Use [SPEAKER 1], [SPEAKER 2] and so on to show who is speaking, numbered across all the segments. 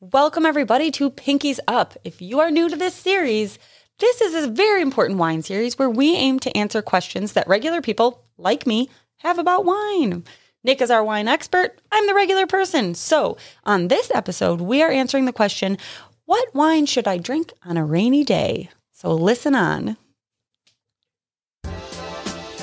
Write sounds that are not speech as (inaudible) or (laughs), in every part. [SPEAKER 1] Welcome, everybody, to Pinkies Up. If you are new to this series, this is a very important wine series where we aim to answer questions that regular people, like me, have about wine. Nick is our wine expert. I'm the regular person. So, on this episode, we are answering the question What wine should I drink on a rainy day? So, listen on.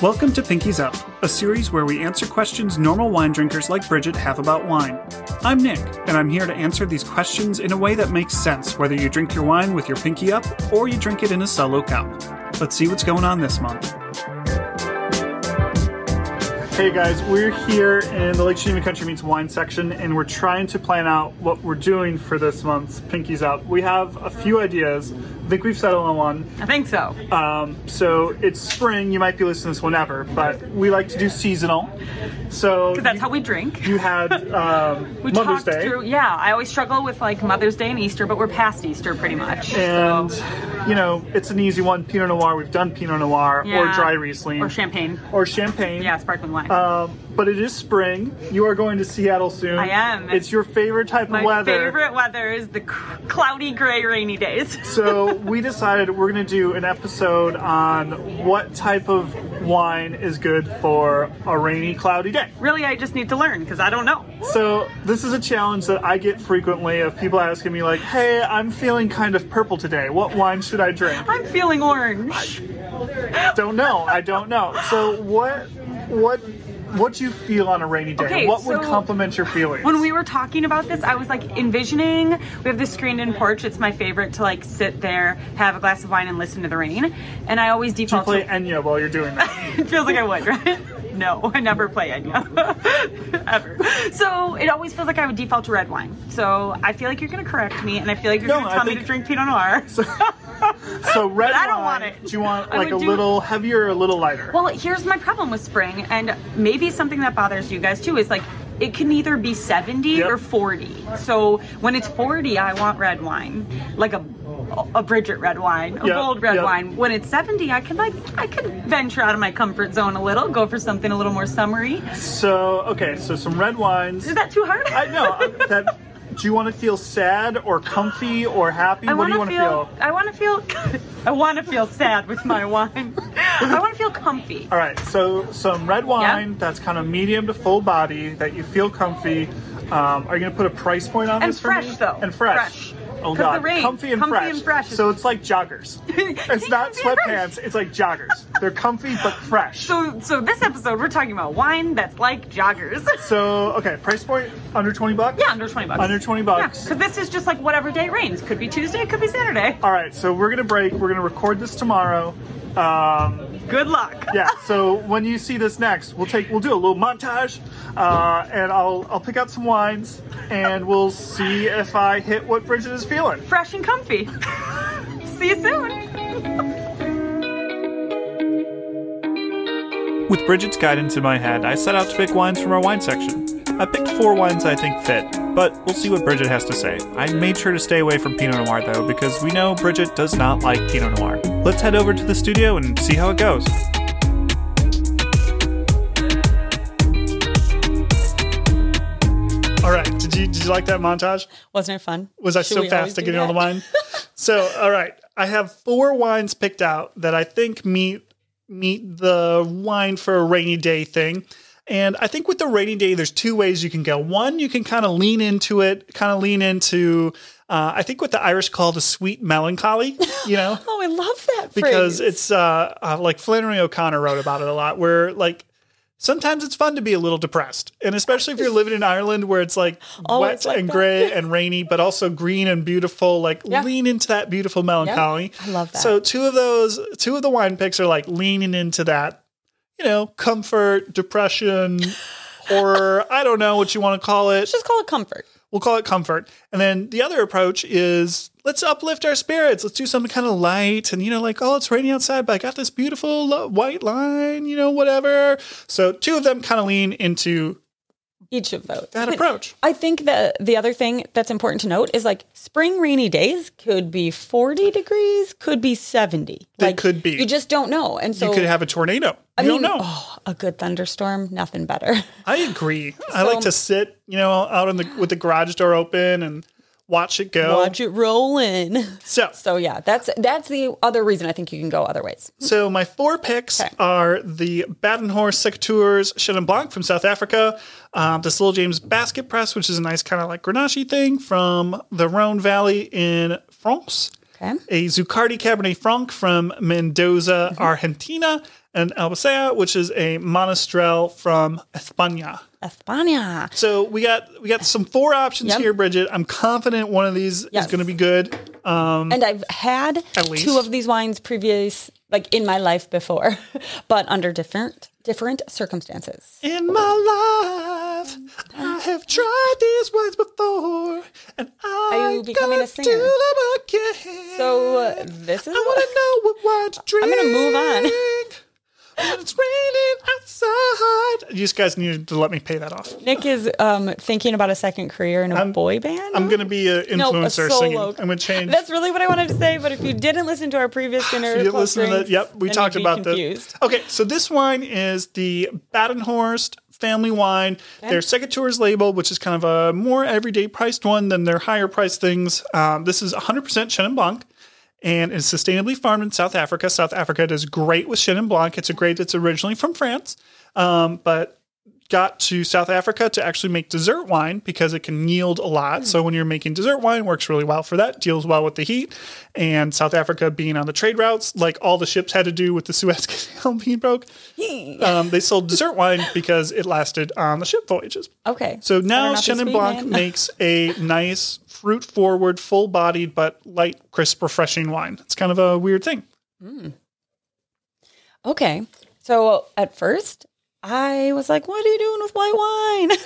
[SPEAKER 2] Welcome to Pinkies Up, a series where we answer questions normal wine drinkers like Bridget have about wine. I'm Nick, and I'm here to answer these questions in a way that makes sense whether you drink your wine with your pinky up or you drink it in a solo cup. Let's see what's going on this month. Hey guys, we're here in the Lake Geneva Country Meets Wine section, and we're trying to plan out what we're doing for this month's Pinkies Up. We have a few ideas. I think we've settled on one.
[SPEAKER 3] I think so.
[SPEAKER 2] Um, so it's spring. You might be listening to this whenever, but we like to do seasonal. So
[SPEAKER 3] That's
[SPEAKER 2] you,
[SPEAKER 3] how we drink.
[SPEAKER 2] you
[SPEAKER 3] (laughs)
[SPEAKER 2] had um,
[SPEAKER 3] We
[SPEAKER 2] Mother's
[SPEAKER 3] talked
[SPEAKER 2] Day,
[SPEAKER 3] through. Yeah, I always struggle with like Mother's Day and Easter, but we're past Easter pretty much.
[SPEAKER 2] and
[SPEAKER 3] so,
[SPEAKER 2] you know it's an easy one. Pinot Noir. We've done Pinot Noir or
[SPEAKER 3] yeah.
[SPEAKER 2] dry Riesling
[SPEAKER 3] or champagne.
[SPEAKER 2] or champagne.
[SPEAKER 3] Yeah, sparkling wine.
[SPEAKER 2] Um, but it is spring. You are going to Seattle soon.
[SPEAKER 3] I am.
[SPEAKER 2] It's your favorite type
[SPEAKER 3] My
[SPEAKER 2] of weather.
[SPEAKER 3] favorite weather is the c- cloudy, gray, rainy days. (laughs)
[SPEAKER 2] So we decided we're going to do an episode on what type of wine is good for a rainy, cloudy day.
[SPEAKER 3] Really, I just need to learn because I don't know.
[SPEAKER 2] So this is a challenge that I get frequently of people asking me like, "Hey, I'm feeling kind of purple today. What wine should I drink?"
[SPEAKER 3] I'm feeling orange.
[SPEAKER 2] don't know. I don't know. So what what what do you feel on a rainy day?
[SPEAKER 3] Okay,
[SPEAKER 2] what would
[SPEAKER 3] so-
[SPEAKER 2] complement your feelings?
[SPEAKER 3] When we were talking about this, I was like envisioning we have this screened in porch. It's my favorite to like sit there, have a glass of wine, and listen to the rain. And I always
[SPEAKER 2] Do you
[SPEAKER 3] default
[SPEAKER 2] play
[SPEAKER 3] to
[SPEAKER 2] Enya while you're doing that.
[SPEAKER 3] (laughs) it feels like I would, right? No, (laughs) I never play Enya. Ever. So it always feels like I would default to red wine. So I feel like you're going to correct me, and I feel like you're
[SPEAKER 2] No,
[SPEAKER 3] going
[SPEAKER 2] I
[SPEAKER 3] to tell me
[SPEAKER 2] think-
[SPEAKER 3] to drink
[SPEAKER 2] (laughs)
[SPEAKER 3] Pinot Noir.
[SPEAKER 2] So red
[SPEAKER 3] I don't
[SPEAKER 2] wine,
[SPEAKER 3] want it.
[SPEAKER 2] Do you want
[SPEAKER 3] I
[SPEAKER 2] like a
[SPEAKER 3] would do-
[SPEAKER 2] little heavier or a little lighter?
[SPEAKER 3] Well, here's my problem with spring, and maybe something that bothers you guys too is like it can either be 70
[SPEAKER 2] Yep.
[SPEAKER 3] or 40. So when it's 40, I want red wine, like a a Bridget red wine, a
[SPEAKER 2] Yep,
[SPEAKER 3] bold red
[SPEAKER 2] yep.
[SPEAKER 3] wine. When it's 70, I can like I can venture out of my comfort zone a little, go for something a little more summery.
[SPEAKER 2] so okay, so some red wines.
[SPEAKER 3] Is that too hard?
[SPEAKER 2] I know uh, that. Do you want to feel sad or comfy or happy?
[SPEAKER 3] I
[SPEAKER 2] what do
[SPEAKER 3] want
[SPEAKER 2] you
[SPEAKER 3] to
[SPEAKER 2] want to
[SPEAKER 3] feel, I want to feel. (laughs) I want to feel sad with my (laughs) wine. I want to feel comfy.
[SPEAKER 2] All right, so some red wine that's kind of medium to full body that you feel comfy. Um, are you gonna put a price point on
[SPEAKER 3] And
[SPEAKER 2] this for me?
[SPEAKER 3] fresh, though.
[SPEAKER 2] And fresh.
[SPEAKER 3] Fresh.
[SPEAKER 2] Oh
[SPEAKER 3] 'Cause
[SPEAKER 2] god,
[SPEAKER 3] the rain.
[SPEAKER 2] comfy and
[SPEAKER 3] Comfy
[SPEAKER 2] fresh.
[SPEAKER 3] and fresh is-
[SPEAKER 2] So it's like joggers. It's
[SPEAKER 3] (laughs) See,
[SPEAKER 2] not
[SPEAKER 3] comfy and fresh.
[SPEAKER 2] sweatpants. It's like
[SPEAKER 3] (laughs)
[SPEAKER 2] joggers. They're comfy but fresh.
[SPEAKER 3] So, so this episode we're talking about wine that's like joggers. (laughs)
[SPEAKER 2] So, okay, price point under twenty bucks.
[SPEAKER 3] Yeah, under 20 bucks.
[SPEAKER 2] Under 20 bucks.
[SPEAKER 3] Yeah, because this is just like whatever day it rains. Could be Tuesday, could be Saturday.
[SPEAKER 2] All right, so we're gonna break. We're gonna record this tomorrow. Um,
[SPEAKER 3] Good luck.
[SPEAKER 2] yeah. So when you see this next, we'll take we'll do a little montage, uh, and I'll I'll pick out some wines, and we'll see if I hit what Bridget is feeling.
[SPEAKER 3] Fresh and comfy. (laughs) See you soon.
[SPEAKER 2] With Bridget's guidance in my head, I set out to pick wines from our wine section. I picked four wines I think fit, but we'll see what Bridget has to say. I made sure to stay away from Pinot Noir though, because we know Bridget does not like Pinot Noir. Let's head over to the studio and see how it goes. All right, did you, did you like that montage?
[SPEAKER 1] Wasn't it fun?
[SPEAKER 2] was I
[SPEAKER 1] Should
[SPEAKER 2] so
[SPEAKER 1] we
[SPEAKER 2] fast
[SPEAKER 1] always
[SPEAKER 2] at
[SPEAKER 1] do
[SPEAKER 2] getting on the
[SPEAKER 1] that? (laughs)
[SPEAKER 2] wine? so, all right, I have four wines picked out that I think meet meet the wine for a rainy day thing. And I think with the rainy day, there's two ways you can go. One, you can kind of lean into it, kind of lean into, uh, I think what the Irish call the sweet melancholy,
[SPEAKER 1] (laughs)
[SPEAKER 2] you know,
[SPEAKER 1] Oh, I love that phrase.
[SPEAKER 2] because it's uh, uh, like Flannery O'Connor wrote about it a lot, where like sometimes it's fun to be a little depressed, and especially if you're living in Ireland where
[SPEAKER 1] (laughs)
[SPEAKER 2] it's like
[SPEAKER 1] Oh,
[SPEAKER 2] wet
[SPEAKER 1] it's like
[SPEAKER 2] and
[SPEAKER 1] that. (laughs)
[SPEAKER 2] gray and rainy, but also green and beautiful. Like
[SPEAKER 1] Yeah.
[SPEAKER 2] lean into that beautiful melancholy.
[SPEAKER 1] I love that.
[SPEAKER 2] So two of those, two of the wine picks are like leaning into that, you know,
[SPEAKER 1] (laughs)
[SPEAKER 2] comfort, depression. horror. I don't know what you want to call it
[SPEAKER 1] just call it comfort.
[SPEAKER 2] we'll call it comfort. And then the other approach is let's uplift our spirits. Let's do something kind of light and, you know, like, oh, it's raining outside, but I got this beautiful lo- white line, you know, whatever. So two of them kind of lean into
[SPEAKER 1] Each of those.
[SPEAKER 2] that approach.
[SPEAKER 1] I think that the other thing that's important to note is like spring rainy days could be 40 degrees, could be 70.
[SPEAKER 2] They
[SPEAKER 1] like,
[SPEAKER 2] could be.
[SPEAKER 1] You just don't know. And so
[SPEAKER 2] you could have a tornado.
[SPEAKER 1] I
[SPEAKER 2] you
[SPEAKER 1] mean,
[SPEAKER 2] don't know.
[SPEAKER 1] Oh, a good thunderstorm, nothing better.
[SPEAKER 2] I agree. I like to sit, you know, out in the with the garage door open and Watch it go.
[SPEAKER 1] Watch it rolling.
[SPEAKER 2] So,
[SPEAKER 1] So yeah, that's that's the other reason I think you can go other ways.
[SPEAKER 2] so my four picks are the Badenhorst Secateurs Chenin Blanc from South Africa, um, this Little James Basket Press, which is a nice kind of like Grenache thing from the Rhone Valley in France.
[SPEAKER 1] Okay.
[SPEAKER 2] a Zuccardi Cabernet Franc from Mendoza,
[SPEAKER 1] Mm-hmm.
[SPEAKER 2] Argentina, and Albacea, which is a Monastrell from España.
[SPEAKER 1] España.
[SPEAKER 2] So we got we got some four options
[SPEAKER 1] Yep.
[SPEAKER 2] here, Bridget. I'm confident one of these
[SPEAKER 1] Yes.
[SPEAKER 2] is going to be good. Um,
[SPEAKER 1] and I've had
[SPEAKER 2] Mm. least.
[SPEAKER 1] two of these wines previous like in my life before, (laughs) but under different different circumstances.
[SPEAKER 2] In my life, I have tried these wines before, and
[SPEAKER 1] Are
[SPEAKER 2] I
[SPEAKER 1] you becoming
[SPEAKER 2] gotta
[SPEAKER 1] a singer?
[SPEAKER 2] do them again.
[SPEAKER 1] So uh, this is
[SPEAKER 2] I want to know what wine to
[SPEAKER 1] (laughs)
[SPEAKER 2] drink.
[SPEAKER 1] I'm gonna move on.
[SPEAKER 2] When it's raining outside. You guys need to let me pay that off.
[SPEAKER 1] Nick is um, thinking about a second career in a boy band.
[SPEAKER 2] I'm gonna be an
[SPEAKER 1] No, a
[SPEAKER 2] influencer
[SPEAKER 1] solo.
[SPEAKER 2] singing. I'm gonna change.
[SPEAKER 1] That's really what I wanted to say. But if you didn't listen to our previous dinner,
[SPEAKER 2] you
[SPEAKER 1] Club
[SPEAKER 2] listen to that.
[SPEAKER 1] drinks,
[SPEAKER 2] Yep, we
[SPEAKER 1] then
[SPEAKER 2] talked
[SPEAKER 1] you'd be
[SPEAKER 2] about
[SPEAKER 1] confused.
[SPEAKER 2] that. Okay, so this wine is the Badenhorst family wine. Their Secateurs label, which is kind of a more everyday priced one than their higher priced things. Um, this is 100% Chenin Blanc. And is sustainably farmed in South Africa. South Africa does great with Chenin Blanc. It's a grape that's originally from France, um, but got to South Africa to actually make dessert wine because it can yield a lot. So when you're making dessert wine, works really well for that. Deals well with the heat, and South Africa being on the trade routes, like all the ships had to do with the Suez (laughs) Canal being broke, um, they sold dessert wine because it lasted on the ship voyages.
[SPEAKER 1] Okay.
[SPEAKER 2] So now
[SPEAKER 1] not this
[SPEAKER 2] Chenin
[SPEAKER 1] week,
[SPEAKER 2] Blanc
[SPEAKER 1] man. (laughs)
[SPEAKER 2] makes a nice fruit forward, full bodied but light, crisp, refreshing wine. It's kind of a weird thing.
[SPEAKER 1] Okay. So at first, I was like, "What are you doing with white
[SPEAKER 2] (laughs)
[SPEAKER 1] wine?"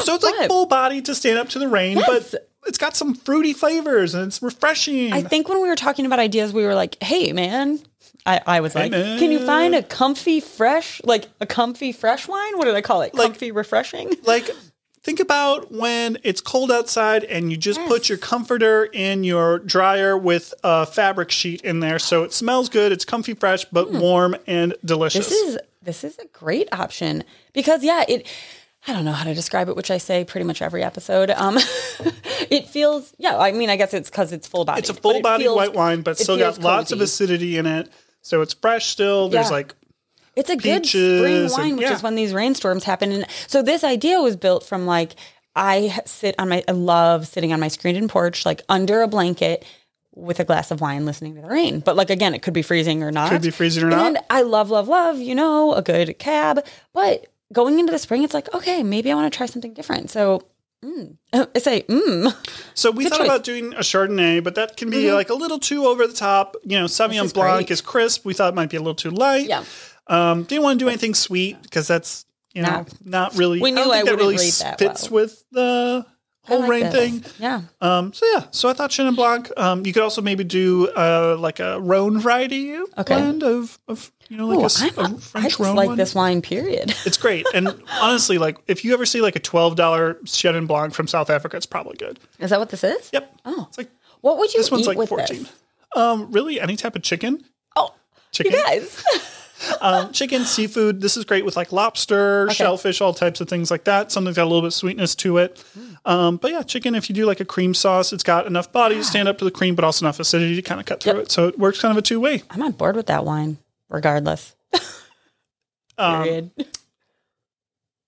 [SPEAKER 2] So it's like
[SPEAKER 1] But-
[SPEAKER 2] full bodied to stand up to the rain,
[SPEAKER 1] Yes.
[SPEAKER 2] but it's got some fruity flavors and it's refreshing.
[SPEAKER 1] I think when we were talking about ideas, we were like, "Hey, man." I, I was like, can you find a comfy, fresh, like a comfy, fresh wine? What did I call it? Comfy, refreshing?
[SPEAKER 2] like think about when it's cold outside and you just put your comforter in your dryer with a fabric sheet in there so it smells good it's comfy fresh but warm and delicious
[SPEAKER 1] Hmm. This is this is a great option because yeah, it I don't know how to describe it, which I say pretty much every episode. Um (laughs) it feels yeah, I mean I guess it's cuz it's full body.
[SPEAKER 2] it's a full bodied white wine but still got lots of acidity in it so it's fresh still there's
[SPEAKER 1] Yeah.
[SPEAKER 2] like
[SPEAKER 1] It's a good spring
[SPEAKER 2] peaches
[SPEAKER 1] wine,
[SPEAKER 2] and-
[SPEAKER 1] which
[SPEAKER 2] yeah.
[SPEAKER 1] is when these rainstorms happen. And so this idea was built from like I sit on my I love sitting on my screened in porch, like under a blanket with a glass of wine, listening to the rain. But like again, it could be freezing or not.
[SPEAKER 2] Could be freezing or
[SPEAKER 1] and
[SPEAKER 2] not.
[SPEAKER 1] I love, love, love. You know, a good cab. But going into the spring, it's like okay, maybe I want to try something different. So. Mm. I say, mm. (laughs)
[SPEAKER 2] so we thought
[SPEAKER 1] choice. Mm-hmm.
[SPEAKER 2] about doing a chardonnay but that can be like a little too over the top you know sauvignon
[SPEAKER 1] is
[SPEAKER 2] blanc
[SPEAKER 1] great.
[SPEAKER 2] is crisp we thought it might be a little too light
[SPEAKER 1] Yeah.
[SPEAKER 2] um didn't want to do anything sweet because that's you know
[SPEAKER 1] Not-
[SPEAKER 2] not, really
[SPEAKER 1] We
[SPEAKER 2] i don't
[SPEAKER 1] knew
[SPEAKER 2] think
[SPEAKER 1] I
[SPEAKER 2] that
[SPEAKER 1] wouldn't
[SPEAKER 2] really
[SPEAKER 1] rate that
[SPEAKER 2] fits
[SPEAKER 1] well.
[SPEAKER 2] with the whole
[SPEAKER 1] like
[SPEAKER 2] rain
[SPEAKER 1] this.
[SPEAKER 2] thing
[SPEAKER 1] Yeah.
[SPEAKER 2] Um, so yeah, so I thought Chenin Blanc. Um, you could also maybe do uh, like a Rhone variety
[SPEAKER 1] Okay.
[SPEAKER 2] blend of, of you know like
[SPEAKER 1] Ooh,
[SPEAKER 2] a s- a,
[SPEAKER 1] I'm, I
[SPEAKER 2] French
[SPEAKER 1] just
[SPEAKER 2] Rhone
[SPEAKER 1] like
[SPEAKER 2] one.
[SPEAKER 1] this wine, period. (laughs)
[SPEAKER 2] It's great, and honestly, like if you ever see like a twelve dollar Chenin Blanc from South Africa, it's probably good.
[SPEAKER 1] Is that what this is?
[SPEAKER 2] Yep.
[SPEAKER 1] Oh.
[SPEAKER 2] It's like
[SPEAKER 1] What would you
[SPEAKER 2] this one's
[SPEAKER 1] eat
[SPEAKER 2] like
[SPEAKER 1] with
[SPEAKER 2] fourteen.
[SPEAKER 1] this?
[SPEAKER 2] Um, really, any type of chicken,
[SPEAKER 1] Oh,
[SPEAKER 2] Chicken?
[SPEAKER 1] you guys. (laughs)
[SPEAKER 2] um, chicken, seafood. This is great with like lobster, shellfish, all types of things like that. Something's got a little bit of sweetness to it. Um, but yeah, chicken. If you do like a cream sauce, it's got enough body to stand up to the cream, but also enough acidity to kind of cut through it. So it works kind of a two way.
[SPEAKER 1] I'm on board with that wine, regardless. Period.
[SPEAKER 2] Um,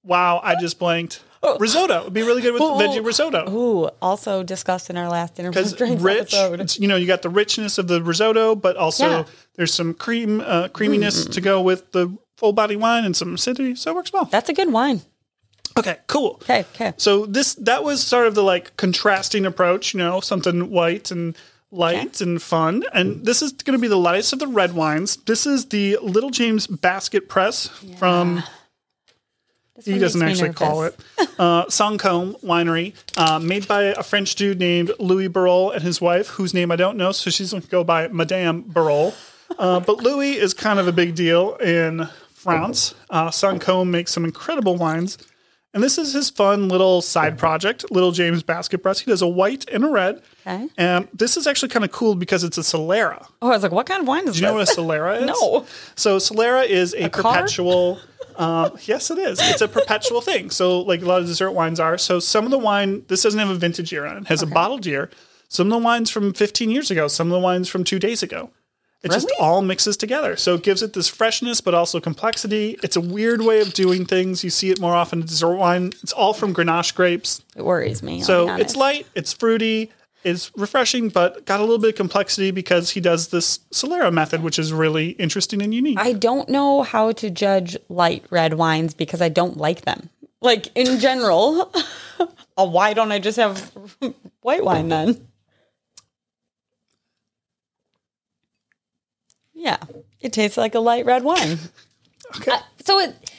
[SPEAKER 2] Wow, I just blanked. Risotto would be really good with
[SPEAKER 1] Oh.
[SPEAKER 2] veggie risotto
[SPEAKER 1] Ooh, also discussed in our last dinner
[SPEAKER 2] because
[SPEAKER 1] with (laughs) drinks
[SPEAKER 2] rich.
[SPEAKER 1] episode.
[SPEAKER 2] it's- You know, you got the richness of the risotto, but also
[SPEAKER 1] Yeah.
[SPEAKER 2] there's some cream uh, creaminess to go with the full body wine and some acidity. So it works well.
[SPEAKER 1] That's a good wine.
[SPEAKER 2] Okay, cool.
[SPEAKER 1] Okay, okay.
[SPEAKER 2] So this that was sort of the like contrasting approach, you know, something white and light and fun. And this is going to be the lightest of the red wines. This is the Little James Basket Press from
[SPEAKER 1] This
[SPEAKER 2] he
[SPEAKER 1] one
[SPEAKER 2] doesn't
[SPEAKER 1] makes me
[SPEAKER 2] actually call
[SPEAKER 1] nervous.
[SPEAKER 2] it uh, Sangcombe Winery, uh, made by a French dude named Louis Barol and his wife, whose name I don't know, so she's going to go by Madame Barol. Uh, but Louis is kind of a big deal in France. Uh, Sangcombe makes some incredible wines, and this is his fun little side project, Little James Basket Press. He does a white and a red.
[SPEAKER 1] Okay.
[SPEAKER 2] And this is actually kind of cool because it's a Solera.
[SPEAKER 1] Oh, I was like, what kind of wine is
[SPEAKER 2] Do you know
[SPEAKER 1] this?
[SPEAKER 2] what a Solera is?
[SPEAKER 1] No.
[SPEAKER 2] So Solera is a,
[SPEAKER 1] car? (laughs)
[SPEAKER 2] perpetual Um, yes, it is. It's a perpetual thing. So, like a lot of dessert wines are. So, some of the wine, this doesn't have a vintage year on it, it has a bottled year. Some of the wines from 15 years ago, some of the wines from two days ago. It just
[SPEAKER 1] Really?
[SPEAKER 2] all mixes together. So, it gives it this freshness, but also complexity. It's a weird way of doing things. You see it more often in dessert wine. It's all from Grenache grapes.
[SPEAKER 1] It worries me. I'll be
[SPEAKER 2] So
[SPEAKER 1] honest.
[SPEAKER 2] it's light, it's fruity, it's refreshing, but got a little bit of complexity because he does this Solera method, which is really interesting and unique.
[SPEAKER 1] I don't know how to judge light red wines because I don't like them. Like in general, (laughs) uh, why don't I just have (laughs) white wine then? Yeah, it tastes like a light red wine.
[SPEAKER 2] okay.
[SPEAKER 1] So it,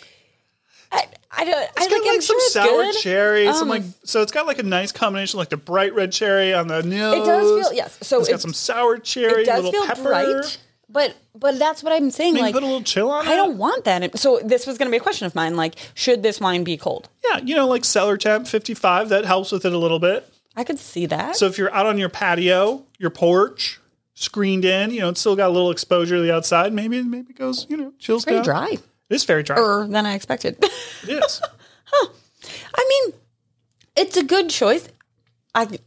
[SPEAKER 1] I, I don't. I
[SPEAKER 2] it's got
[SPEAKER 1] like,
[SPEAKER 2] like,
[SPEAKER 1] I'm
[SPEAKER 2] some
[SPEAKER 1] sure it's
[SPEAKER 2] sour
[SPEAKER 1] good.
[SPEAKER 2] cherry, some
[SPEAKER 1] Um,
[SPEAKER 2] like so it's got like a nice combination, like the bright red cherry on the nose.
[SPEAKER 1] It does feel yes. So
[SPEAKER 2] it's
[SPEAKER 1] it,
[SPEAKER 2] got some sour cherry,
[SPEAKER 1] it does
[SPEAKER 2] little
[SPEAKER 1] feel
[SPEAKER 2] pepper.
[SPEAKER 1] bright, but but that's what I'm saying.
[SPEAKER 2] I mean,
[SPEAKER 1] like
[SPEAKER 2] put a little chill on
[SPEAKER 1] I
[SPEAKER 2] it.
[SPEAKER 1] don't want that. So this was going to be a question of mine. Like, should this wine be cold?
[SPEAKER 2] Yeah, you know, like cellar temp, fifty-five. That helps with it a little bit.
[SPEAKER 1] I could see that.
[SPEAKER 2] So if you're out on your patio, your porch, screened in, you know, it's still got a little exposure to the outside. Maybe maybe it goes, you know, chills
[SPEAKER 1] pretty
[SPEAKER 2] down.
[SPEAKER 1] dry.
[SPEAKER 2] It is very dry.
[SPEAKER 1] Er, than I expected. (laughs)
[SPEAKER 2] It is.
[SPEAKER 1] I mean, it's a good choice. I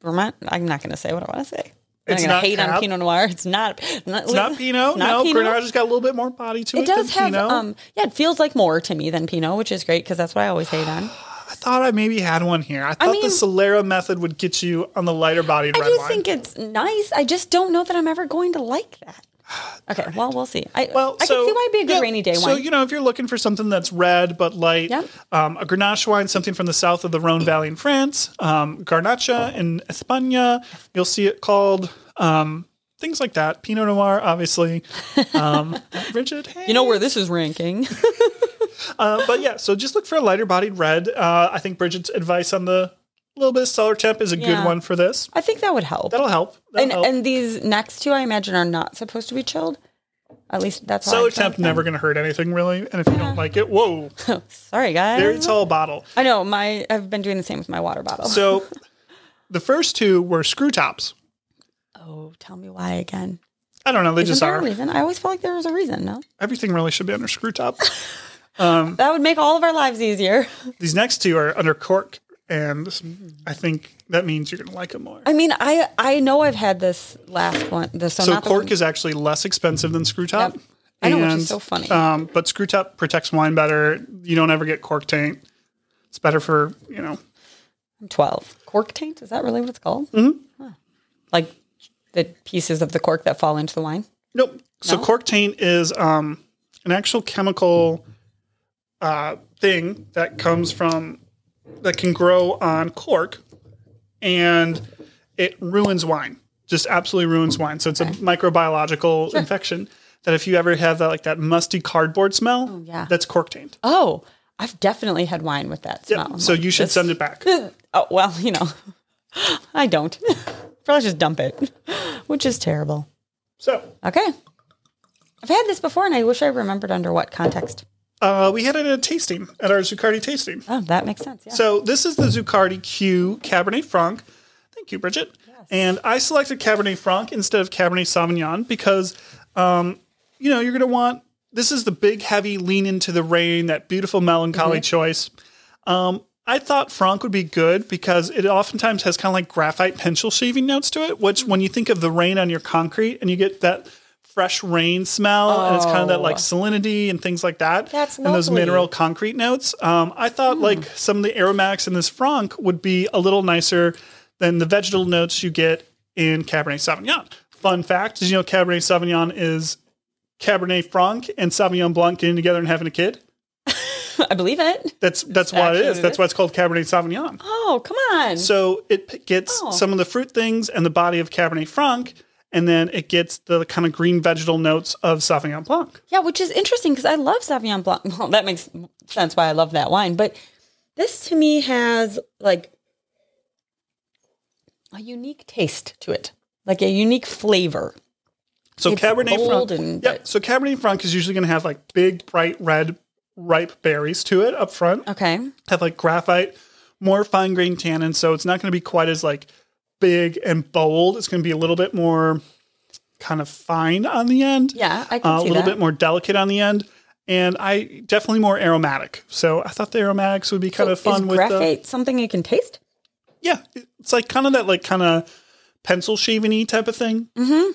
[SPEAKER 1] Vermont. I'm not going to say what I want to say. I'm
[SPEAKER 2] It's
[SPEAKER 1] going to
[SPEAKER 2] not
[SPEAKER 1] hate on
[SPEAKER 2] cab.
[SPEAKER 1] Pinot Noir. It's not. not
[SPEAKER 2] It's not Pinot. no, Grenache has got a little bit more body to it,
[SPEAKER 1] It does
[SPEAKER 2] than
[SPEAKER 1] have.
[SPEAKER 2] Pinot.
[SPEAKER 1] Um, yeah, it feels like more to me than Pinot, which is great because that's what I always hate on.
[SPEAKER 2] I thought I maybe had one here. I thought the
[SPEAKER 1] mean-
[SPEAKER 2] Solera method would get you on the lighter bodied
[SPEAKER 1] I
[SPEAKER 2] (gasps) red
[SPEAKER 1] do
[SPEAKER 2] wine.
[SPEAKER 1] think it's nice. I just don't know that I'm ever going to like that. (sighs) Okay, well, we'll see. I,
[SPEAKER 2] well,
[SPEAKER 1] I
[SPEAKER 2] so,
[SPEAKER 1] can see why it'd be a good
[SPEAKER 2] yeah,
[SPEAKER 1] rainy day
[SPEAKER 2] So
[SPEAKER 1] wine.
[SPEAKER 2] you know, if you're looking for something that's red but light,
[SPEAKER 1] Yep.
[SPEAKER 2] um, a Grenache wine, something from the south of the Rhone Valley in France, um, Garnacha in España, you'll see it called um, things like that. Pinot Noir,
[SPEAKER 1] (laughs)
[SPEAKER 2] obviously. Um, Richard, hey.
[SPEAKER 1] you know where this is ranking. (laughs)
[SPEAKER 2] Uh, but yeah, so just look for a lighter bodied red. Uh, I think Bridget's advice on the little bit of cellar temp is a
[SPEAKER 1] Yeah.
[SPEAKER 2] good one for this.
[SPEAKER 1] I think that would help.
[SPEAKER 2] That'll help. That'll
[SPEAKER 1] and
[SPEAKER 2] help.
[SPEAKER 1] and these next two, I imagine, are not supposed to be chilled. At least that's how I
[SPEAKER 2] cellar
[SPEAKER 1] feel
[SPEAKER 2] temp
[SPEAKER 1] about
[SPEAKER 2] never going to hurt anything really. And if you don't like it, whoa,
[SPEAKER 1] them. Sorry, guys.
[SPEAKER 2] very tall bottle.
[SPEAKER 1] I know my. I've been doing the same with my water bottle. (laughs)
[SPEAKER 2] So the first two were screw tops.
[SPEAKER 1] oh, tell me why again?
[SPEAKER 2] I don't know. They
[SPEAKER 1] Is
[SPEAKER 2] just
[SPEAKER 1] there a
[SPEAKER 2] are.
[SPEAKER 1] reason? I always feel like there was a reason. No,
[SPEAKER 2] Everything really should be under screw top. Mm.
[SPEAKER 1] that would make all of our lives easier. (laughs)
[SPEAKER 2] These next two are under cork, and I think that means you're going to like them more.
[SPEAKER 1] I mean, I I know I've had this last one. The so,
[SPEAKER 2] So
[SPEAKER 1] not the
[SPEAKER 2] cork
[SPEAKER 1] one-
[SPEAKER 2] is actually less expensive than screw top.
[SPEAKER 1] Yep. I know, which is so funny.
[SPEAKER 2] Um, but screw top protects wine better. You don't ever get cork taint. It's better for you know.
[SPEAKER 1] I'm twelve. Cork taint is that really what it's called?
[SPEAKER 2] Mm-hmm.
[SPEAKER 1] Huh. Like the pieces of the cork that fall into the wine.
[SPEAKER 2] Nope. So cork taint is um, an actual chemical uh, thing that comes from that can grow on cork, and it ruins wine. Just absolutely ruins wine. So it's a microbiological infection that if you ever have that like that musty cardboard smell,
[SPEAKER 1] yeah.
[SPEAKER 2] that's cork taint.
[SPEAKER 1] Oh, I've definitely had wine with that smell. I'm
[SPEAKER 2] So
[SPEAKER 1] like,
[SPEAKER 2] you should
[SPEAKER 1] this-
[SPEAKER 2] send it back.
[SPEAKER 1] (laughs) Oh well, you know, I don't. (laughs) Probably just dump it, (laughs) which is terrible.
[SPEAKER 2] So
[SPEAKER 1] Okay. I've had this before and I wish I remembered under what context.
[SPEAKER 2] uh, we had it at a tasting at our Zuccardi tasting.
[SPEAKER 1] Oh, that makes sense. Yeah.
[SPEAKER 2] So this is the Zuccardi Q Cabernet Franc. Thank you, Bridget. And I selected Cabernet Franc instead of Cabernet Sauvignon because, um, you know, you're going to want this is the big, heavy lean into the rain, that beautiful melancholy
[SPEAKER 1] Mm-hmm.
[SPEAKER 2] choice. Um, I thought Franc would be good because it oftentimes has kind of like graphite pencil shaving notes to it, which when you think of the rain on your concrete and you get that fresh rain smell and it's kind of that like salinity and things like that
[SPEAKER 1] Oh. That's
[SPEAKER 2] and those
[SPEAKER 1] lovely. Hmm.
[SPEAKER 2] mineral concrete notes um, i thought like some of the aromatics in this franc would be a little nicer than the vegetal notes you get in cabernet sauvignon fun fact is you know cabernet sauvignon is cabernet franc and sauvignon blanc getting together and having a kid
[SPEAKER 1] (laughs) I believe it.
[SPEAKER 2] that's that's what
[SPEAKER 1] actually
[SPEAKER 2] it is
[SPEAKER 1] what it
[SPEAKER 2] that's
[SPEAKER 1] is.
[SPEAKER 2] why it's called cabernet sauvignon
[SPEAKER 1] Oh, come on.
[SPEAKER 2] so it p- gets
[SPEAKER 1] Oh.
[SPEAKER 2] some of the fruit things and the body of Cabernet Franc, and then it gets the kind of green vegetal notes of Sauvignon Blanc.
[SPEAKER 1] yeah, which is interesting because I love Sauvignon Blanc. (laughs) Well, that makes sense why I love that wine. But this to me has like a unique taste to it, like a unique flavor.
[SPEAKER 2] So
[SPEAKER 1] It's
[SPEAKER 2] Cabernet
[SPEAKER 1] bold
[SPEAKER 2] Franc,
[SPEAKER 1] and-
[SPEAKER 2] yeah. So Cabernet Franc is usually going to have like big, bright red, ripe berries to it up front.
[SPEAKER 1] Okay.
[SPEAKER 2] Have like graphite, more fine grained tannin. So it's not going to be quite as like big and bold. It's going to be a little bit more kind of fine on the end.
[SPEAKER 1] Yeah, I can
[SPEAKER 2] uh, a
[SPEAKER 1] see
[SPEAKER 2] little
[SPEAKER 1] that.
[SPEAKER 2] bit more delicate on the end. and I definitely more aromatic. So I thought the aromatics would be kind of fun
[SPEAKER 1] Is
[SPEAKER 2] with the
[SPEAKER 1] graphite something you can taste?
[SPEAKER 2] yeah, it's like kind of that like kind of pencil shaving-y type of thing.
[SPEAKER 1] Mm.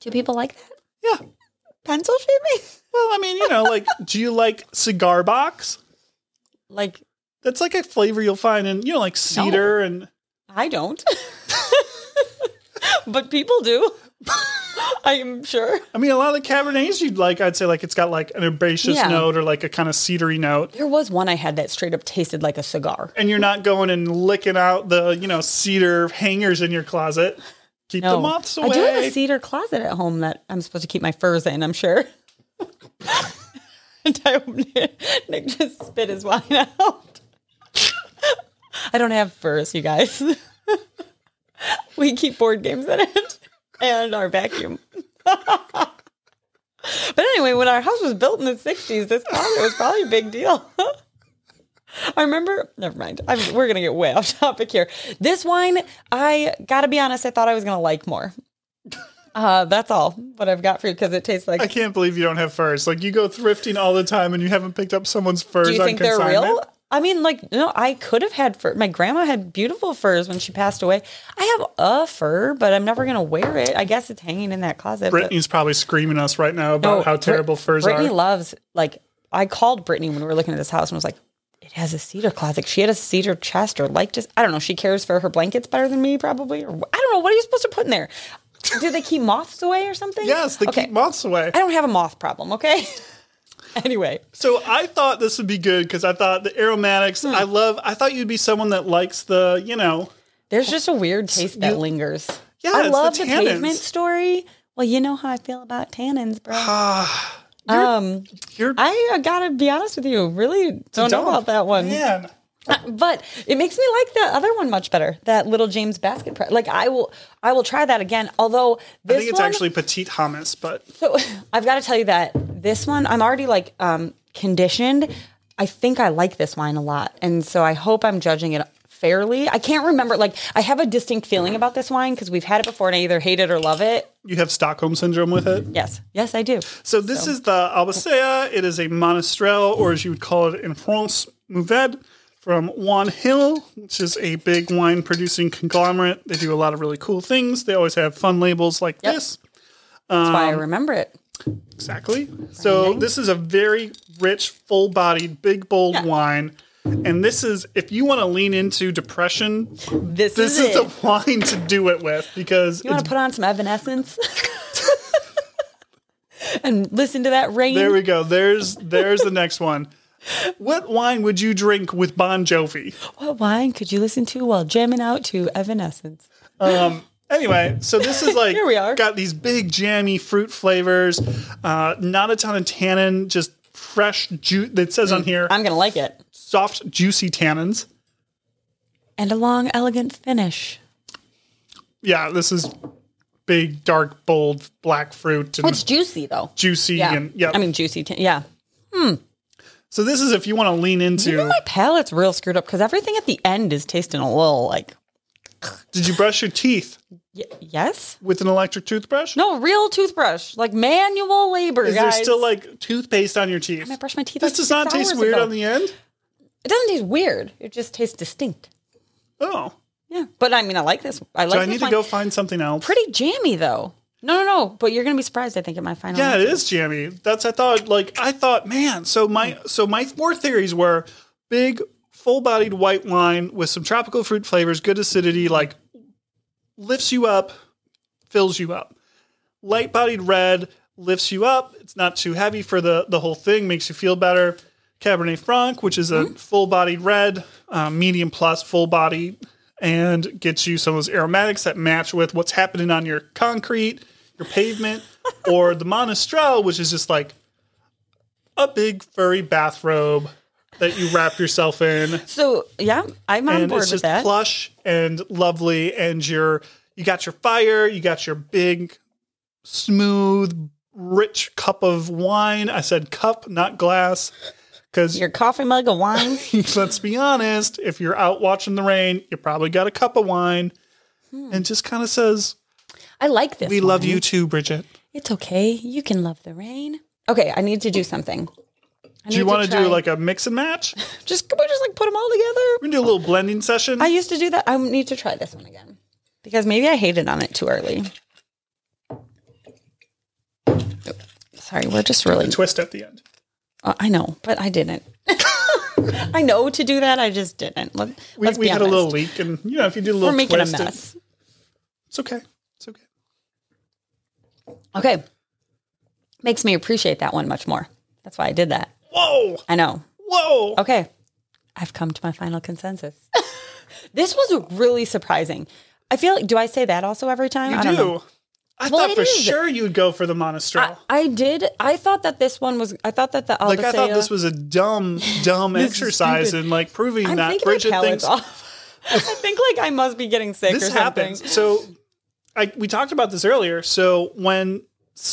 [SPEAKER 1] Do people like that?
[SPEAKER 2] Yeah.
[SPEAKER 1] Pencil shaving? (laughs)
[SPEAKER 2] Well, I mean, you know, like do you like cigar box?
[SPEAKER 1] Like
[SPEAKER 2] That's like a flavor you'll find in, you know, like cedar and
[SPEAKER 1] I don't. (laughs) but people do. (laughs) I am sure.
[SPEAKER 2] I mean, a lot of the Cabernets you'd like, I'd say like it's got like an herbaceous
[SPEAKER 1] Yeah.
[SPEAKER 2] note or like a kind of cedary note.
[SPEAKER 1] There was one I had that straight up tasted like a cigar.
[SPEAKER 2] And you're not going and licking out the, you know, cedar hangers in your closet. Keep the moths away.
[SPEAKER 1] I do have a cedar closet at home that I'm supposed to keep my furs in, I'm sure. (laughs) and I, Nick just spit his wine out. I don't have furs, you guys. (laughs) we keep board games in it and our vacuum. but anyway, when our house was built in the 60s, this closet was probably a big deal. (laughs) I remember. Never mind. I'm, we're gonna get way off (laughs) topic here. This wine, I gotta be honest. I thought I was gonna like more. Uh, that's all what I've got for you because it tastes
[SPEAKER 2] I
[SPEAKER 1] like.
[SPEAKER 2] can't believe you don't have furs. Like you go thrifting all the time and you haven't picked up someone's furs
[SPEAKER 1] Do you
[SPEAKER 2] on
[SPEAKER 1] think they're
[SPEAKER 2] consignment.
[SPEAKER 1] real? I mean, like, no. I could have had fur. My grandma had beautiful furs when she passed away. I have a fur, but I'm never gonna wear it. I guess it's hanging in that closet. but-
[SPEAKER 2] Brittany's probably screaming us right now about
[SPEAKER 1] No,
[SPEAKER 2] how
[SPEAKER 1] Oh, Brit-
[SPEAKER 2] terrible furs
[SPEAKER 1] Brittany
[SPEAKER 2] are.
[SPEAKER 1] loves like I called Brittany when we were looking at this house and was like, it has a cedar closet. She had a cedar chest or like just I don't know. She cares for her blankets better than me probably. Or I don't know. What are you supposed to put in there? Do they keep moths away or something?
[SPEAKER 2] yes, they
[SPEAKER 1] Okay.
[SPEAKER 2] keep moths away.
[SPEAKER 1] I don't have a moth problem. Okay. (laughs) anyway,
[SPEAKER 2] So I thought this would be good because I thought the aromatics.
[SPEAKER 1] Hmm.
[SPEAKER 2] I love. I thought you'd be someone that likes the, you know,
[SPEAKER 1] there's just a weird taste that lingers.
[SPEAKER 2] Yeah,
[SPEAKER 1] I
[SPEAKER 2] it's the
[SPEAKER 1] love the,
[SPEAKER 2] tannins.
[SPEAKER 1] pavement story. Well, you know how I feel about tannins, bro. um,
[SPEAKER 2] you're
[SPEAKER 1] I uh, gotta be honest with you. Really don't know
[SPEAKER 2] dumb.
[SPEAKER 1] about that one.
[SPEAKER 2] Man,
[SPEAKER 1] But it makes me like the other one much better. That little James Basket press. Like I will, I will try that again. Although
[SPEAKER 2] I
[SPEAKER 1] this
[SPEAKER 2] think it's
[SPEAKER 1] one,
[SPEAKER 2] actually petite hummus, but
[SPEAKER 1] so (laughs) I've got to tell you that this one, I'm already like um, conditioned. I think I like this wine a lot, and so I hope I'm judging it fairly. I can't remember. Like I have a distinct feeling about this wine because we've had it before, and I either hate it or love it.
[SPEAKER 2] you have Stockholm syndrome with it.
[SPEAKER 1] Yes, yes, I do.
[SPEAKER 2] So this is the Albacea. It is a monastrell, or as you would call it in France, Mouved, from Juan Hill, which is a big wine producing conglomerate. They do a lot of really cool things. They always have fun labels like
[SPEAKER 1] Yep.
[SPEAKER 2] this.
[SPEAKER 1] That's why I
[SPEAKER 2] Um,
[SPEAKER 1] remember it.
[SPEAKER 2] Exactly. So this is a very rich, full-bodied, big, bold
[SPEAKER 1] Yeah.
[SPEAKER 2] wine. And this is if you want to lean into depression,
[SPEAKER 1] This, is,
[SPEAKER 2] this is
[SPEAKER 1] it.
[SPEAKER 2] the (laughs) wine to do it with because
[SPEAKER 1] You want
[SPEAKER 2] it's-
[SPEAKER 1] to put on some Evanescence (laughs) and listen to that rain.
[SPEAKER 2] there we go. There's there's the next one. What wine would you drink with Bon Jovi?
[SPEAKER 1] What wine could you listen to while jamming out to Evanescence?
[SPEAKER 2] Anyway, so this is
[SPEAKER 1] (laughs)
[SPEAKER 2] like
[SPEAKER 1] Here we are.
[SPEAKER 2] got these big jammy fruit flavors, uh, not a ton of tannin, just fresh juice. That says on here
[SPEAKER 1] Mm. I'm gonna like it.
[SPEAKER 2] soft, juicy tannins.
[SPEAKER 1] And a long, elegant finish.
[SPEAKER 2] yeah, this is big, dark, bold black fruit and
[SPEAKER 1] Oh, It's juicy though.
[SPEAKER 2] juicy and yeah.
[SPEAKER 1] I mean juicy. T- yeah.
[SPEAKER 2] so this is if you want to lean into.
[SPEAKER 1] My palate's real screwed up because everything at the end is tasting a little like.
[SPEAKER 2] did you brush your teeth
[SPEAKER 1] Y- yes.
[SPEAKER 2] with an electric toothbrush?
[SPEAKER 1] No, real toothbrush, like manual labor,
[SPEAKER 2] Is
[SPEAKER 1] guys.
[SPEAKER 2] there still like toothpaste on your teeth?
[SPEAKER 1] I brushed my teeth.
[SPEAKER 2] this
[SPEAKER 1] like
[SPEAKER 2] does
[SPEAKER 1] six
[SPEAKER 2] not taste
[SPEAKER 1] hours
[SPEAKER 2] weird
[SPEAKER 1] ago.
[SPEAKER 2] on the end.
[SPEAKER 1] It doesn't taste weird. It just tastes distinct.
[SPEAKER 2] Oh,
[SPEAKER 1] Yeah, but I mean, I like this. I like.
[SPEAKER 2] do I
[SPEAKER 1] this
[SPEAKER 2] need to
[SPEAKER 1] wine.
[SPEAKER 2] go find something else?
[SPEAKER 1] Pretty jammy though. No, no, no. But you're gonna be surprised. I think at my final.
[SPEAKER 2] yeah, it is jammy. That's I thought. Like I thought, man. So my so my four theories were big, full-bodied white wine with some tropical fruit flavors, good acidity, like lifts you up, fills you up. Light bodied red lifts you up. It's not too heavy for the, the whole thing, makes you feel better. Cabernet Franc, which is a full bodied red, um, medium plus full body, and gets you some of those aromatics that match with what's happening on your concrete, your pavement, or the Monastrell, which is just like a big furry bathrobe that you wrap yourself in
[SPEAKER 1] So yeah, I'm on
[SPEAKER 2] and
[SPEAKER 1] board
[SPEAKER 2] it's
[SPEAKER 1] with
[SPEAKER 2] just
[SPEAKER 1] that.
[SPEAKER 2] plush and lovely and your you got your fire you got your big smooth rich cup of wine i said cup not glass because
[SPEAKER 1] Your coffee mug of wine.
[SPEAKER 2] (laughs) let's be honest if you're out watching the rain you probably got a cup of wine
[SPEAKER 1] Hmm.
[SPEAKER 2] and just kind of says
[SPEAKER 1] I like this.
[SPEAKER 2] we love
[SPEAKER 1] wine.
[SPEAKER 2] you too bridget
[SPEAKER 1] It's okay. You can love the rain. Okay, I need to do something. I
[SPEAKER 2] Do you
[SPEAKER 1] need
[SPEAKER 2] want to do
[SPEAKER 1] try-
[SPEAKER 2] like a mix and match?
[SPEAKER 1] just can we just like put them all together?
[SPEAKER 2] We can do a little blending session.
[SPEAKER 1] I used to do that. I need to try this one again because maybe I hated on it too early. Oop, Sorry, we're just really.
[SPEAKER 2] Twist at the end.
[SPEAKER 1] Uh, I know, but I didn't. (laughs) I know to do that. I just didn't. Let,
[SPEAKER 2] We,
[SPEAKER 1] let's
[SPEAKER 2] we
[SPEAKER 1] be
[SPEAKER 2] had
[SPEAKER 1] honest.
[SPEAKER 2] a little leak, and you know if you do a little
[SPEAKER 1] we're making a
[SPEAKER 2] twist, it-
[SPEAKER 1] mess.
[SPEAKER 2] it's okay. It's okay.
[SPEAKER 1] Okay, makes me appreciate that one much more. That's why I did that.
[SPEAKER 2] Whoa,
[SPEAKER 1] I know.
[SPEAKER 2] whoa.
[SPEAKER 1] Okay. I've come to my final consensus. (laughs) this was really surprising. I feel like, do I say that also every time?
[SPEAKER 2] You
[SPEAKER 1] I
[SPEAKER 2] do.
[SPEAKER 1] don't know.
[SPEAKER 2] I
[SPEAKER 1] Well,
[SPEAKER 2] thought
[SPEAKER 1] it
[SPEAKER 2] for
[SPEAKER 1] is.
[SPEAKER 2] sure you'd go for the
[SPEAKER 1] I,
[SPEAKER 2] Monastrell.
[SPEAKER 1] I did. I thought that this one was, I thought that the Aldisea,
[SPEAKER 2] like I thought
[SPEAKER 1] (laughs)
[SPEAKER 2] this was a dumb, dumb exercise
[SPEAKER 1] stupid.
[SPEAKER 2] in like proving
[SPEAKER 1] I'm
[SPEAKER 2] that
[SPEAKER 1] thinking my
[SPEAKER 2] Bridget
[SPEAKER 1] palate's
[SPEAKER 2] thinks
[SPEAKER 1] off. (laughs) I think like I must be getting sick or
[SPEAKER 2] this
[SPEAKER 1] something.
[SPEAKER 2] happens. So I, we talked about this earlier. So when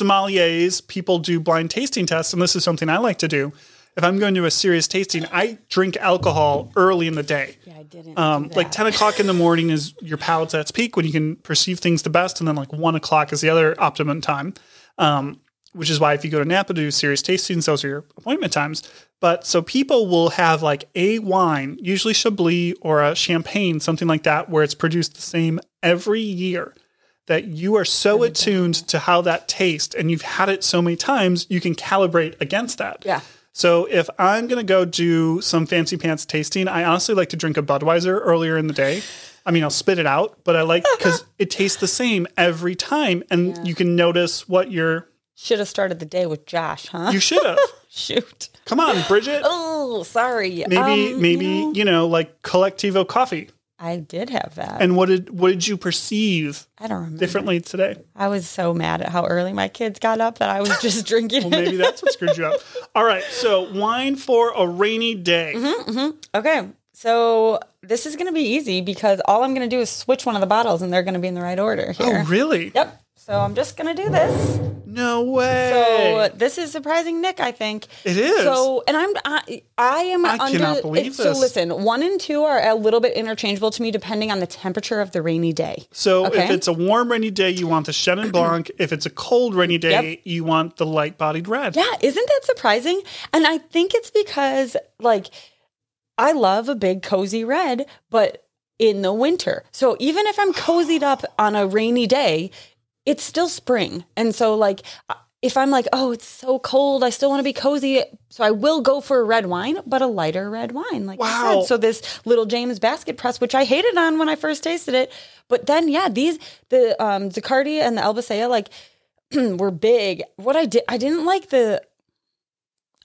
[SPEAKER 2] sommeliers, people do blind tasting tests, and this is something I like to do. If I'm going to a serious tasting, I drink alcohol early in the day.
[SPEAKER 1] Yeah, I didn't.
[SPEAKER 2] Um, like 10 o'clock in the morning is your palate's at its peak when you can perceive things the best. And then like one o'clock is the other optimum time, um, which is why if you go to Napa to do serious tastings, those are your appointment times. But so people will have like a wine, usually Chablis or a champagne, something like that, where it's produced the same every year that you are so attuned to how that tastes and you've had it so many times, you can calibrate against that.
[SPEAKER 1] Yeah.
[SPEAKER 2] So if I'm going to go do some fancy pants tasting, I honestly like to drink a Budweiser earlier in the day. I mean, I'll spit it out, but
[SPEAKER 1] (laughs)
[SPEAKER 2] I like because it tastes the same every time, and you can notice what you're.
[SPEAKER 1] Should have started the day with Josh, huh?
[SPEAKER 2] You should have.
[SPEAKER 1] (laughs) Shoot.
[SPEAKER 2] Come on, Bridget.
[SPEAKER 1] Oh, sorry.
[SPEAKER 2] Maybe,
[SPEAKER 1] Um,
[SPEAKER 2] maybe you know, like Collectivo coffee.
[SPEAKER 1] I did have that.
[SPEAKER 2] And what did what did you perceive
[SPEAKER 1] I don't remember.
[SPEAKER 2] differently today?
[SPEAKER 1] I was so mad at how early my kids got up that I was just (laughs) drinking.
[SPEAKER 2] Well,
[SPEAKER 1] it.
[SPEAKER 2] maybe that's what screwed you up. (laughs) All right, so wine for a rainy day.
[SPEAKER 1] Mm-hmm. Okay. So this is going to be easy because all I'm going to do is switch one of the bottles and they're going to be in the right order here.
[SPEAKER 2] Oh, really?
[SPEAKER 1] Yep. So I'm just going to do this.
[SPEAKER 2] No
[SPEAKER 1] So
[SPEAKER 2] way.
[SPEAKER 1] uh, this is surprising Nick, I think.
[SPEAKER 2] It is.
[SPEAKER 1] So and I'm I, I am
[SPEAKER 2] I
[SPEAKER 1] under
[SPEAKER 2] cannot believe
[SPEAKER 1] it-
[SPEAKER 2] this.
[SPEAKER 1] So listen, 1 and 2 are a little bit interchangeable to me depending on the temperature of the rainy day.
[SPEAKER 2] So, if
[SPEAKER 1] Okay.
[SPEAKER 2] it's a warm rainy day, you want the
[SPEAKER 1] (clears throat)
[SPEAKER 2] Chenin Blanc. if it's a cold rainy day,
[SPEAKER 1] Yep.
[SPEAKER 2] you want the light bodied red.
[SPEAKER 1] Yeah, isn't that surprising? And I think it's because like I love a big cozy red, but in the winter. So even if I'm cozied up on a rainy day, it's still spring. And so like uh, if I'm like, oh, it's so cold, I still want to be cozy, so I will go for a red wine, but a lighter red wine, like you
[SPEAKER 2] Wow.
[SPEAKER 1] said. So this little James Basket Press, which I hated on when I first tasted it, but then yeah, these the um Zicardi and the Albacea, like (clears throat) were big. What I did, I didn't like the.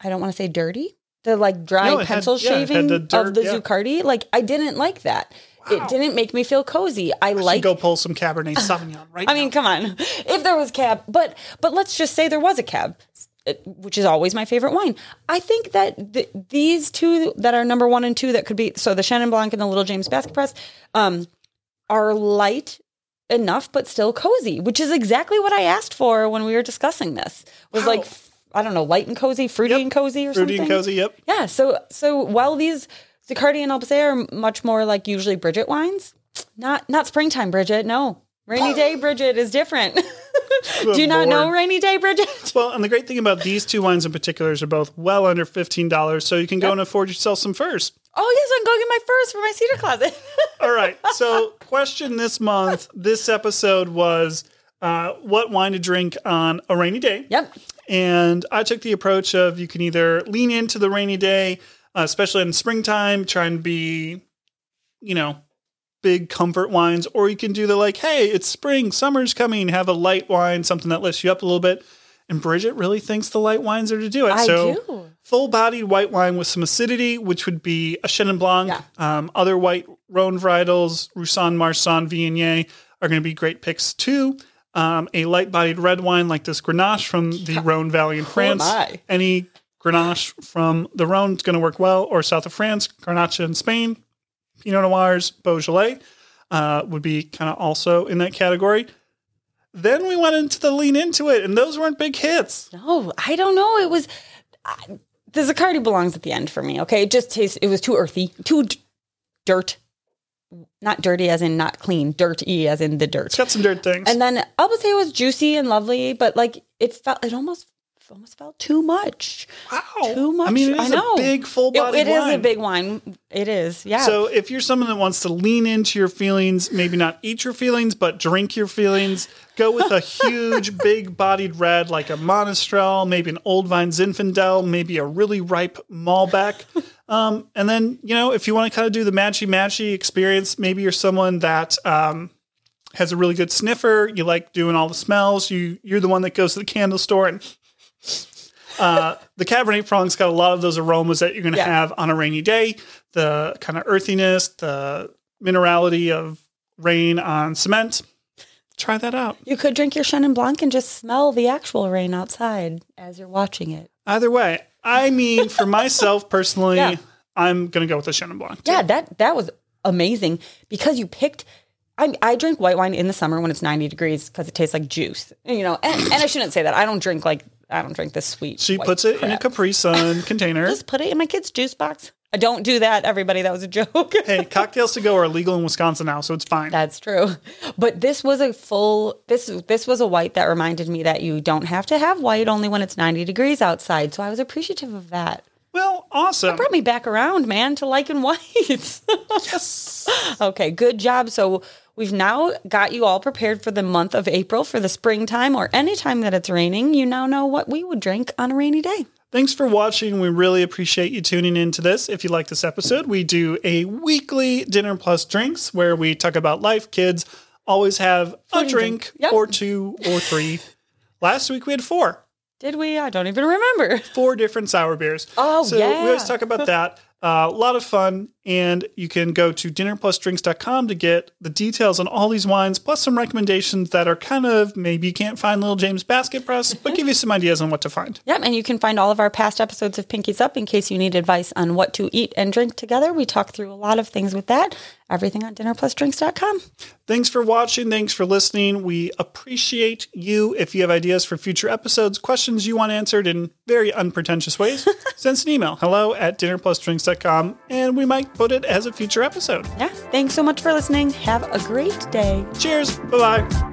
[SPEAKER 1] I don't want to say dirty. The like dry
[SPEAKER 2] No, it had-
[SPEAKER 1] pencil
[SPEAKER 2] yeah, it had
[SPEAKER 1] shaving
[SPEAKER 2] the dirt,
[SPEAKER 1] of the
[SPEAKER 2] yeah.
[SPEAKER 1] Zuccardi, like I didn't like that. It didn't make me feel cozy. I,
[SPEAKER 2] Like,
[SPEAKER 1] like.
[SPEAKER 2] go pull some Cabernet Sauvignon
[SPEAKER 1] (laughs)
[SPEAKER 2] right
[SPEAKER 1] I mean, come on. If there was cab, but but let's just say there was a cab, it- which is always my favorite wine. I think that th- these two that are number one and two that could be so the Shannon Blanc and the Little James Basket Press, um, are light enough but still cozy, which is exactly what I asked for when we were discussing this. Was
[SPEAKER 2] Wow.
[SPEAKER 1] like f- I don't know, light and cozy, fruity and cozy, or
[SPEAKER 2] now. Fruity
[SPEAKER 1] something.
[SPEAKER 2] and cozy, yep.
[SPEAKER 1] Yeah. So so while these Zicardi and Albacea are much more like usually Bridget wines, not not springtime Bridget. No, rainy day Bridget is different. (laughs) Do you not know
[SPEAKER 2] lord.
[SPEAKER 1] rainy day Bridget? (laughs)
[SPEAKER 2] Well, and the great thing about these two wines in particular is they're both well under $15, so you can go and afford yourself some first.
[SPEAKER 1] Oh yes, I'm going to get my first for my cedar closet. (laughs)
[SPEAKER 2] All right. So, question this month, this episode was uh, what wine to drink on a rainy day.
[SPEAKER 1] yep.
[SPEAKER 2] And I took the approach of you can either lean into the rainy day, uh, especially in springtime, try and be, you know, big comfort wines, or you can do the like, hey, it's spring, summer's coming, have a light wine, something that lifts you up a little bit. And Bridget really thinks the light wines are to do it.
[SPEAKER 1] I
[SPEAKER 2] so
[SPEAKER 1] do.
[SPEAKER 2] full bodied white wine with some acidity, which would be a Chenin Blanc,
[SPEAKER 1] Yeah.
[SPEAKER 2] um, other white Rhone varietals, Roussan, Marsan, Viognier are going to be great picks too. Um, a light bodied red wine like this Grenache from the Rhone Valley in France.
[SPEAKER 1] I?
[SPEAKER 2] Any Grenache from the Rhone is going to work well, or south of France, Garnacha in Spain, Pinot Noirs, Beaujolais uh, would be kind of also in that category. Then we went into the lean into it, and those weren't big hits.
[SPEAKER 1] No, I don't know. It was I- the Zicardi belongs at the end for me. Okay, it just tastes. It was too earthy, too d- dirt. Not dirty as in not clean, dirty as in the dirt.
[SPEAKER 2] It's got some dirt things.
[SPEAKER 1] And then Albacea was juicy and lovely, but like it felt it almost almost felt too much.
[SPEAKER 2] Wow.
[SPEAKER 1] Too much.
[SPEAKER 2] I mean, it is
[SPEAKER 1] I know.
[SPEAKER 2] a big full body
[SPEAKER 1] It, it
[SPEAKER 2] wine.
[SPEAKER 1] is a big wine. It is. Yeah.
[SPEAKER 2] So if you're someone that wants to lean into your feelings, maybe not eat your feelings, but drink your feelings, go with a huge, big-bodied red like a Monastrell, maybe an Old Vine Zinfandel, maybe a really ripe Malbec. Um, and then, you know, if you want to kind of do the matchy-matchy experience, maybe you're someone that um, has a really good sniffer. You like doing all the smells. You you're the one that goes to the candle store and. Uh, the Cabernet Franc's got a lot of those aromas that you're going to
[SPEAKER 1] Yeah.
[SPEAKER 2] have on a rainy day. The kind of earthiness, the minerality of rain on cement. Try that out.
[SPEAKER 1] you could drink your Chenin Blanc and just smell the actual rain outside as you're watching it.
[SPEAKER 2] Either way, I
[SPEAKER 1] (laughs)
[SPEAKER 2] mean, for myself personally,
[SPEAKER 1] Yeah.
[SPEAKER 2] I'm going to go with the Chenin Blanc.
[SPEAKER 1] Yeah, that that was amazing because you picked. I I drink white wine in the summer when it's ninety degrees because it tastes like juice. You know, and, and I shouldn't say that. I don't drink like I don't drink this sweet.
[SPEAKER 2] She
[SPEAKER 1] white
[SPEAKER 2] puts it in a
[SPEAKER 1] crap. (laughs)
[SPEAKER 2] Capri Sun container.
[SPEAKER 1] Just put it in my kid's juice box. I don't do that, everybody. That was a joke.
[SPEAKER 2] hey, cocktails to go are legal in Wisconsin now, so it's fine.
[SPEAKER 1] That's true. But this was a full this this was a white that reminded me that you don't have to have white only when it's 90 degrees outside. So I was appreciative of that.
[SPEAKER 2] well, awesome.
[SPEAKER 1] Brought me back around, man, to liking (laughs) whites. okay, good job. So we've now got you all prepared for the month of April for the springtime or any time that it's raining. You now know what we would drink on a rainy day.
[SPEAKER 2] Thanks for watching. We really appreciate you tuning in to this. If you like this episode, we do a weekly dinner plus drinks where we talk about life, kids, always have a
[SPEAKER 1] and
[SPEAKER 2] drink
[SPEAKER 1] drink. Yep.
[SPEAKER 2] or two or three. Last week we had four,
[SPEAKER 1] Did we? I don't even remember. (laughs)
[SPEAKER 2] four different sour beers.
[SPEAKER 1] Oh,
[SPEAKER 2] so
[SPEAKER 1] yeah.
[SPEAKER 2] we always
[SPEAKER 1] (laughs)
[SPEAKER 2] talk about that. Uh, a lot of fun. And you can go to dinnerplusdrinks.com to get the details on all these wines, plus some recommendations that are kind of maybe you can't find Little James Basket Press, but give you some ideas on what to find.
[SPEAKER 1] Yep, and you can find all of our past episodes of Pinkies Up in case you need advice on what to eat and drink together. We talk through a lot of things with that. Everything on dinnerplusdrinks.com.
[SPEAKER 2] Thanks for watching. Thanks for listening. We appreciate you. If you have ideas for future episodes, questions you want answered in very unpretentious ways, send us an email hello at dinnerplusdrinks.com and we might put it as a future episode.
[SPEAKER 1] Yeah, thanks so much for listening. Have a great day.
[SPEAKER 2] Cheers. Bye bye.